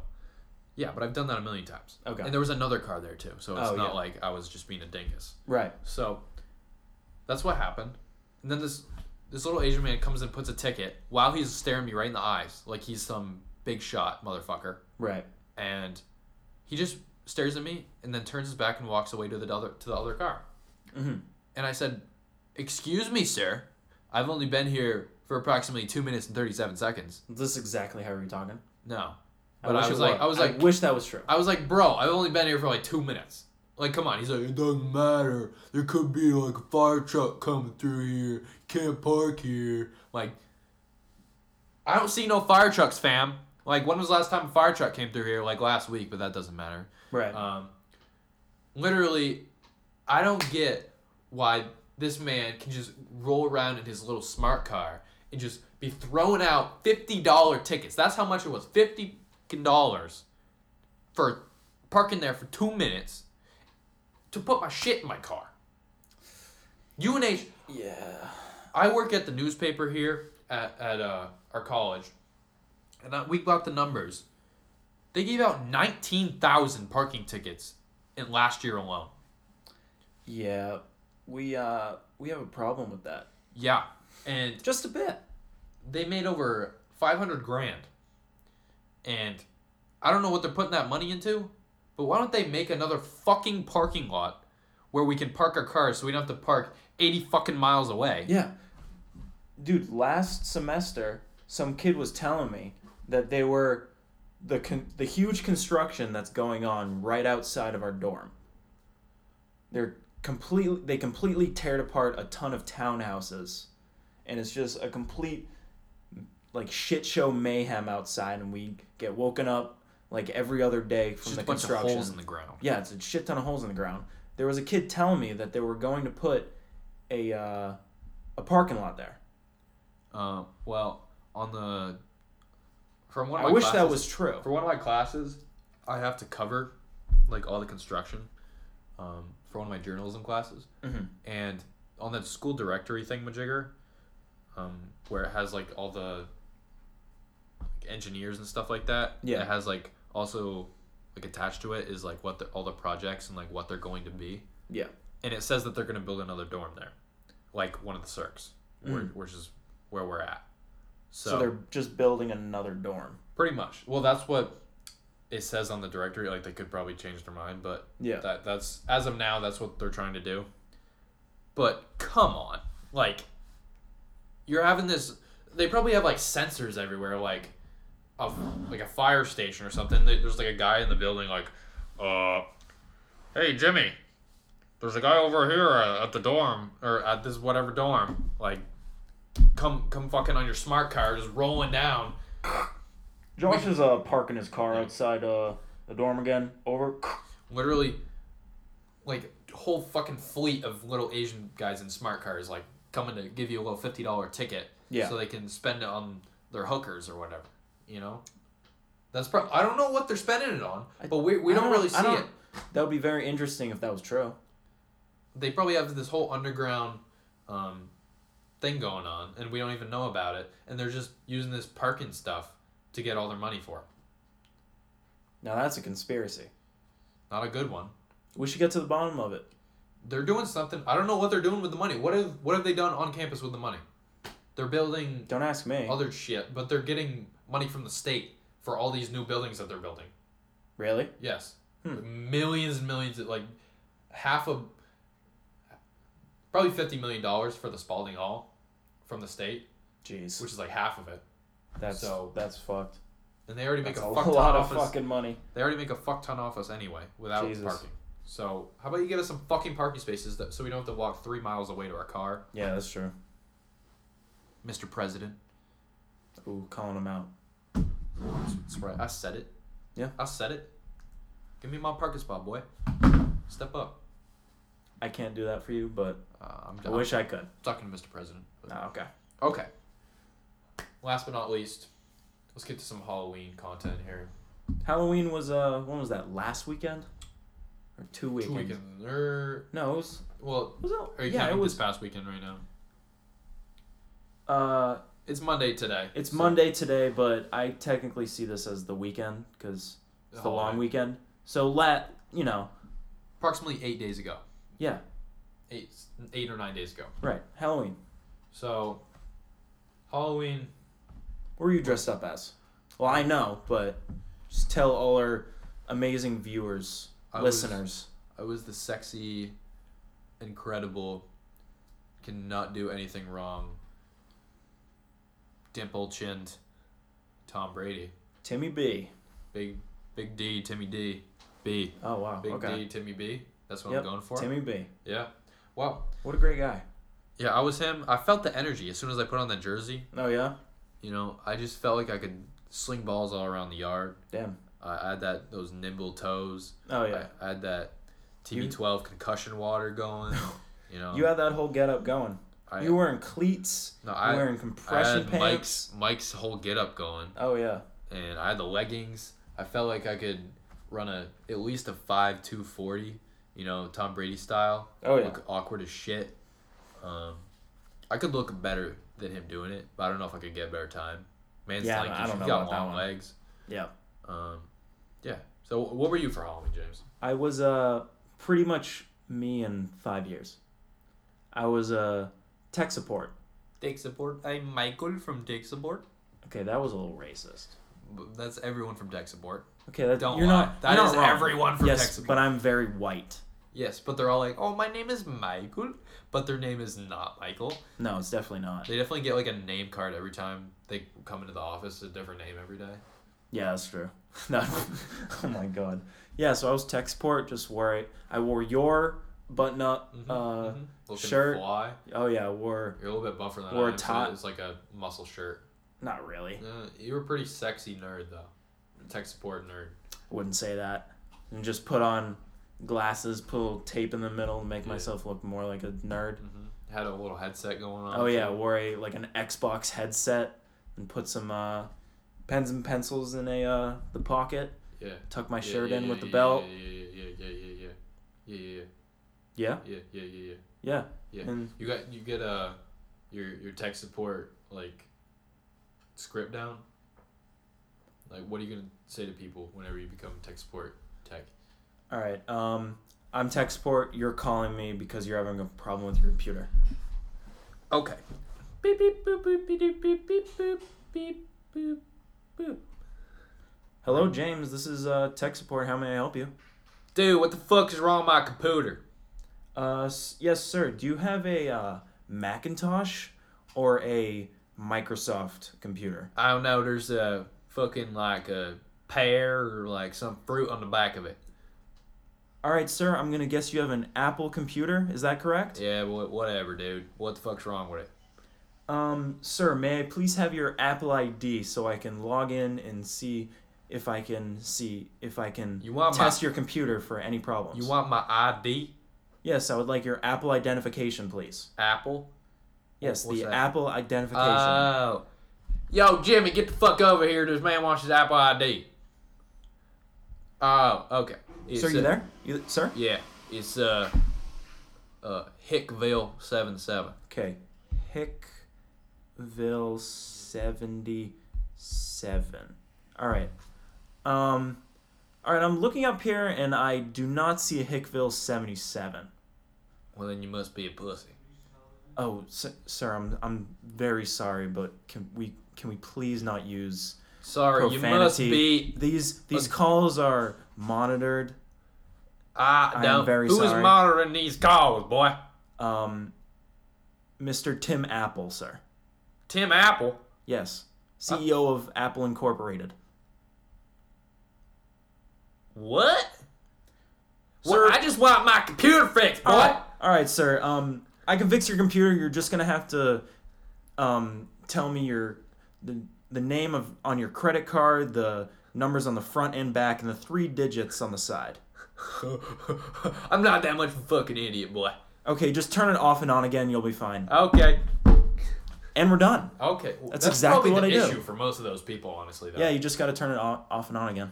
yeah, but I've done that a million times.
Okay.
And there was another car there too, so it's
Oh,
not
yeah.
like I was just being a dingus.
Right.
So, that's what happened. And then this this little Asian man comes and puts a ticket while he's staring me right in the eyes, like he's some big shot motherfucker.
Right.
And he just stares at me and then turns his back and walks away to the other to the other car.
Mhm.
And I said, "Excuse me, sir. I've only been here for approximately two minutes and thirty-seven seconds."
This is exactly how we're talking.
No, but
wish
I,
it
was like,
were.
I was like,
I wish that was true.
I was like, bro, I've only been here for like two minutes. Like, come on. He's like, it doesn't matter. There could be like a fire truck coming through here. Can't park here. Like, I don't see no fire trucks, fam. Like, when was the last time a fire truck came through here? Like last week, but that doesn't matter.
Right.
Um, literally, I don't get why this man can just roll around in his little smart car and just be throwing out fifty dollar tickets. That's how much it was, fifty dollars for parking there for two minutes to put my shit in my car. UNH,
yeah.
I work at the newspaper here at, at uh, our college, and I, we got the numbers. They gave out 19,000 parking tickets in last year alone.
Yeah. We uh we have a problem with that.
Yeah. And
Just a bit.
they made over 500 grand. And I don't know what they're putting that money into, but why don't they make another fucking parking lot where we can park our cars so we don't have to park 80 fucking miles away?
Yeah. Dude, last semester, some kid was telling me that they were the con- the huge construction that's going on right outside of our dorm. They're completely they completely teared apart a ton of townhouses, and it's just a complete like shit show mayhem outside, and we get woken up like every other day from
Just
the
a bunch of
construction.
holes in the ground.
Yeah, it's a shit ton of holes in the ground. There was a kid telling me that they were going to put a uh, a parking lot there.
Uh, well, on the from one. Of
I
my
wish that
classes-
was true.
For one of my classes, I have to cover like all the construction um, for one of my journalism classes,
Mhm.
and on that school directory thing, majigger, um, where it has like all the like, engineers and stuff like that.
Yeah.
it has like also like attached to it is like what the, all the projects and like what they're going to be,
Yeah.
and it says that they're going to build another dorm there, like one of the circs, where, which is where we're at.
Hmm. So, they're just building another dorm.
Pretty much. Well, that's what it says on the directory. Like they could probably change their mind, but
Yeah.
that that's as of now, that's what they're trying to do. But come on, like you're having this. They probably have like sensors everywhere, like a like a fire station or something. There- There's like a guy in the building, like, uh, hey Jimmy, there's a guy over here uh, at the dorm or at this whatever dorm, like. Come, come, fucking on your smart car, just rolling down.
Josh is uh, parking his car outside uh, the dorm again. Over.
literally like whole fucking fleet of little Asian guys in smart cars like coming to give you a little fifty dollar ticket
Yeah.
so they can spend it on their hookers or whatever. You know? That's pro- I don't know what they're spending it on, but we, we
I
don't,
I
really see
don't-
it.
That would be very interesting if that was true.
They probably have this whole underground um, thing going on, and we don't even know about it. And they're just using this parking stuff to get all their money for it.
Now that's a conspiracy.
Not a good one.
We should get to the bottom of it.
they're doing something. I don't know what they're doing with the money. What have what have they done on campus with the money? They're building
Don't ask me.
other shit, but they're getting money from the state for all these new buildings that they're building.
Really?
Yes,
Hmm.
millions and millions, of, like half of probably fifty million dollars for the Spalding Hall from the state,
Jeez.
which is like half of it.
that's
so-
that's fucked.
And they already make
That's
a,
a
fuck ton
lot
off
of
us.
fucking money.
They already make a fuck ton off us anyway without
Jesus.
parking. So how about you give us some fucking parking spaces that, so we don't have to walk three miles away to our car,
Yeah, that's true.
Mr. President.
Ooh, calling him out.
That's right. I said it.
Yeah.
I said it. Give me my parking spot, boy. Step up.
I can't do that for you, but
Uh, I'm,
I
done.
wish I could.
talking to Mr. President. but-
Ah, okay.
Okay. Last but not least, let's get to some Halloween content here.
Halloween was uh when was that? Last weekend? Or two
Two
weekends?
weekends. Er,
No, it was,
well,
was
are
it,
you
yeah,
counting
it
this
was
past weekend right now?
uh
It's Monday today.
it's
so-
Monday today, but I technically see this as the weekend cuz it's the long
Halloween.
weekend. So let, you know,
Approximately eight days ago.
yeah,
Eight, eight or nine days ago.
right. Halloween.
So, Halloween.
What were you dressed up as? Well, I know, but just tell all our amazing viewers,
I was-
listeners.
I was the sexy, incredible, cannot do anything wrong, dimple chinned Tom Brady.
Timmy B.
Big big D, Timmy D. B.
Oh wow.
Big
okay.
D, Timmy B. That's what
Yep,
I'm going for.
Timmy B.
Yeah. Well,
What a great guy.
yeah, I was him. I felt the energy as soon as I put on that jersey.
Oh yeah.
You know, I just felt like I could sling balls all around the yard.
Damn.
I I had that those nimble toes.
Oh
I-
yeah.
I, had that
You-
TB12 concussion water going. You know,
You had that whole get up going.
I-
you were in cleats.
No,
you
I,
were in
I
compression
had
pants.
Mike's Mike's whole getup going,
Oh yeah.
and I had the leggings. I felt like I could run a at least a five two forty, you know, Tom Brady style.
Oh, yeah.
Look awkward as shit. Um, I could look better than him doing it, but I don't know if I could get a better time. Man's
Yeah,
lanky,
I don't
she's
know
got
about that
long
one.
legs.
Yeah.
Um, yeah. So what were you for Halloween, James?
I was uh pretty much me in five years. I was uh, tech support.
Dick support. I'm Michael from Dick support.
Okay, that was a little racist.
That's everyone from Dick support.
Okay, that,
Don't
you're
lie.
not.
That
you're
is
not wrong.
everyone from
yes,
tech support.
but I'm very white.
Yes, but they're all like, "Oh, my name is Michael," but their name is not Michael.
No, it's definitely not.
They definitely get like a name card every time they come into the office. A different name every day.
Yeah, that's true. No. oh my god. Yeah, so I was tech support, just wore it. I wore your button up.
Mhm,
Uh,
mhm. Looking
shirt.
fly.
Oh yeah, I wore.
You're a little bit buffer than
Or
I
a
am.
top.
So it's like a muscle shirt.
Not really.
Uh, you were a pretty sexy nerd though. Tech support nerd.
Wouldn't say that. And just put on glasses, put a little tape in the middle, to make
Yeah.
myself look more like a nerd.
Had a little headset going on.
Oh yeah, wore a like an Xbox headset and put some uh, pens and pencils in a uh, the pocket.
Yeah.
Tuck my
Yeah,
shirt
yeah,
in
yeah,
with the
yeah,
belt.
Yeah, yeah, yeah, yeah, yeah, yeah, yeah,
Yeah,
yeah, yeah, yeah, yeah, yeah, yeah.
yeah.
Yeah.
And
You got you get uh your your tech support like script down. Like what are you gonna say to people whenever you become tech support tech?
all right. Um, I'm tech support. You're calling me because you're having a problem with your computer.
Okay. Beep beep boop boop beep doop, beep beep boop beep boop boop.
Hello, James. This is uh, tech support. How may I help you?
Dude, what the fuck is wrong with my computer?
Uh, s- yes, sir. Do you have a uh, Macintosh or a Microsoft computer?
I don't know. There's a fucking like a pear or like some fruit on the back of it.
All right, sir. I'm gonna guess you have an Apple computer. Is that correct?
Yeah, wha- whatever, dude. What the fuck's wrong with it?
Um, sir, may I please have your Apple ID so I can log in and see if I can see if I can
You want my-
test your computer for any problems.
You want my ID?
Yes, I would like your Apple identification, please.
Apple?
Yes,
What's
the
that?
Apple identification.
Oh. Yo, Jimmy, get the fuck over here. This man wants his Apple ID. Oh, okay. It's,
sir, you
uh,
there? You, sir?
Yeah. It's uh uh Hickville seven seven.
Okay. Hickville 77. All right. Um all right, I'm looking up here and I do not see a Hickville 77.
Well then you must be a pussy.
Oh, s sir, I'm I'm very sorry, but can we can we please not use
Sorry, you must
Profanity.
be
these these calls are monitored.
I
am
don't
very
who is
sorry.
monitoring these calls, boy?
Um Mr. Tim Apple, sir.
Tim Apple.
Yes.
Uh,
CEO of Apple Incorporated.
What?
Sir-
Well, I just want my computer fixed, boy.
All right, Uh, all right, sir. Um, I can fix your computer. You're just gonna have to, um, tell me your the the name of on your credit card, the numbers on the front and back, and the three digits on the side.
I'm not that much of a fucking idiot, boy.
Okay, just turn it off and on again. You'll be fine.
Okay.
And we're done.
Okay. Well,
That's exactly
probably
what
the
I do.
issue for most of those people, honestly. Though.
Yeah, you just gotta turn it on, off and on again.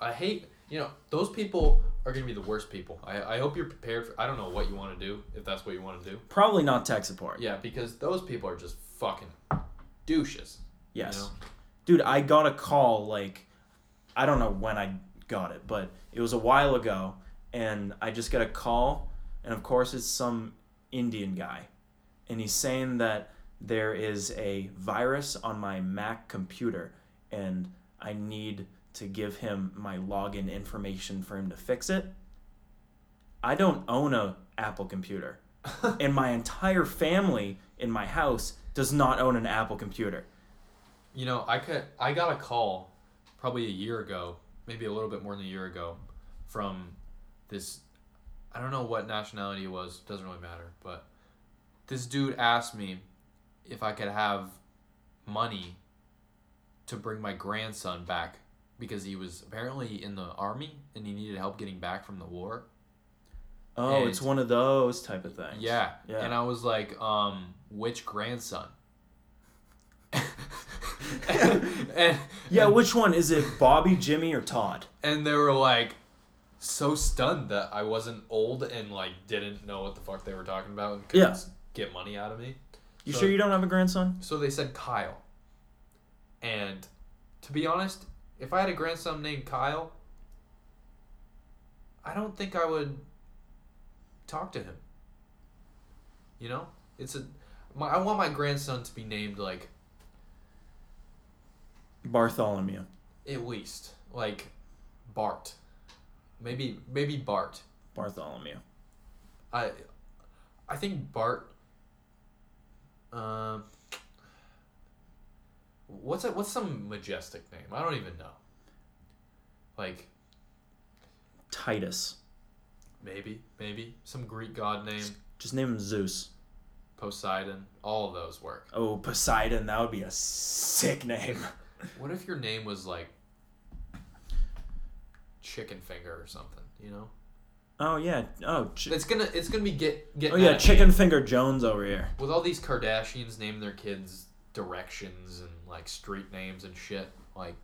I hate. You know, those people are gonna be the worst people. I, I hope you're prepared for. I don't know what you want to do if that's what you want to do.
Probably not tech support.
Yeah, because those people are just fucking douches.
Yes.
know?
Dude, I got a call like I don't know when I got it, but it was a while ago and I just get a call and of course it's some Indian guy and he's saying that there is a virus on my Mac computer and I need to give him my login information for him to fix it. I don't own a Apple computer. and my entire family in my house does not own an Apple computer.
You know, I could I got a call probably a year ago, maybe a little bit more than a year ago, from this I don't know what nationality it was, doesn't really matter, but this dude asked me if I could have money to bring my grandson back because he was apparently in the army and he needed help getting back from the war.
Oh,
And-
it's one of those type of things.
Yeah.
Yeah.
And I was like, um, which grandson? and,
yeah, which one is it? Bobby, Jimmy, or Todd?
and they were like so stunned that I wasn't old and like didn't know what the fuck they were talking about and couldn't
Yeah.
s- get money out of me.
You
So-
sure you don't have a grandson?
So they said Kyle. And to be honest, if I had a grandson named Kyle, I don't think I would talk to him. You know? It's a my, I want my grandson to be named like
Bartholomew.
at least like Bart. Maybe maybe Bart.
Bartholomew.
I, I think Bart. Um. What's it? What's some majestic name? I don't even know. Like
Titus.
maybe, maybe some Greek god name,
Just name him Zeus.
Poseidon. All of those work.
Oh, Poseidon. That would be a sick name.
What if your name was like Chicken Finger or something? You know,
Oh yeah. Oh. Ch-
it's gonna it's gonna be get get.
oh yeah.
out of
Chicken
hand.
Finger Jones over here.
With all these Kardashians naming their kids directions and like street names and shit, like,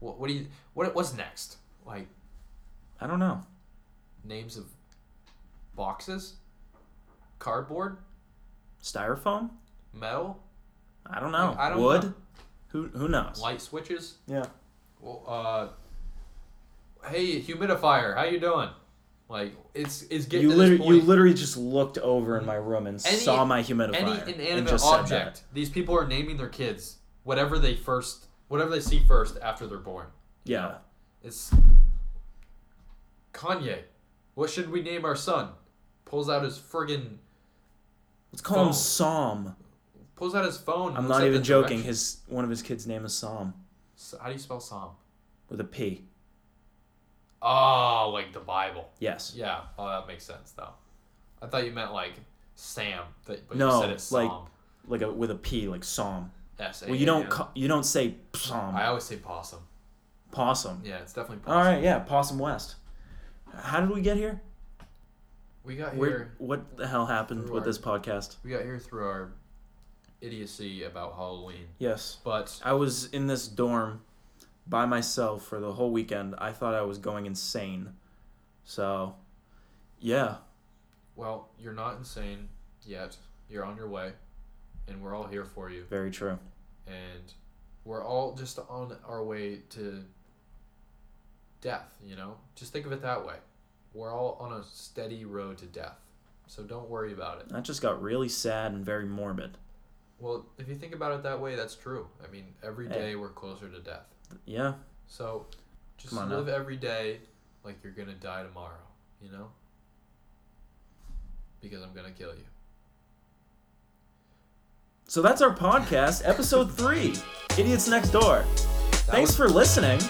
what what do you what what's next? Like
I don't know.
names of boxes, cardboard,
Styrofoam.
metal,
I don't know.
Like, I don't
Wood.
know.
Who Who knows?
light switches.
Yeah.
Well, uh, hey, humidifier, how you doing? Like it's it's getting
You
to this
literally, you
point.
literally just looked over in my room and
Any-
saw my
any
humidifier and
inanimate
just said that.
object. These people are naming their kids whatever they first, whatever they see first after they're born.
Yeah.
It's Kanye. What should we name our son? Pulls out his friggin'
Let's call
Phone.
him Psalm.
pulls out his phone. and
I'm
looks
not
at
even
the
joking.
direction-
His one of his kids' name is Psalm
S- How do you spell Psalm?
with a P.
Oh, like the Bible.
Yes.
Yeah. Oh, that makes sense though. I thought you meant like Sam, but, but you
No,
said it's
like-
Psalm.
Like a with a P, like Psalm.
S A
Well, you don't
M.
ca- you don't say Psalm.
I always say possum.
Possum.
Yeah, it's definitely possum.
All right. Yeah. Possum West. How did we get here?
We got
Where?
here.
What the hell happened
Through
with
our-
this podcast?
We got here through our idiocy about Halloween,
Yes.
but
I was in this dorm by myself for the whole weekend. I thought I was going insane. So, yeah.
Well, you're not insane yet. You're on your way, and we're all here for you.
Very true.
And we're all just on our way to death, you know? Just think of it that way. We're all on a steady road to death. So don't worry about it.
That just got really sad and very morbid.
Well, if you think about it that way, that's true. I mean, every
Hey.
day we're closer to death.
Yeah.
So just
Come on now.
live every day like you're going to die tomorrow, you know? Because I'm going to kill you.
So that's our podcast, episode three Idiots Next Door.
That
Thanks for
was-
listening.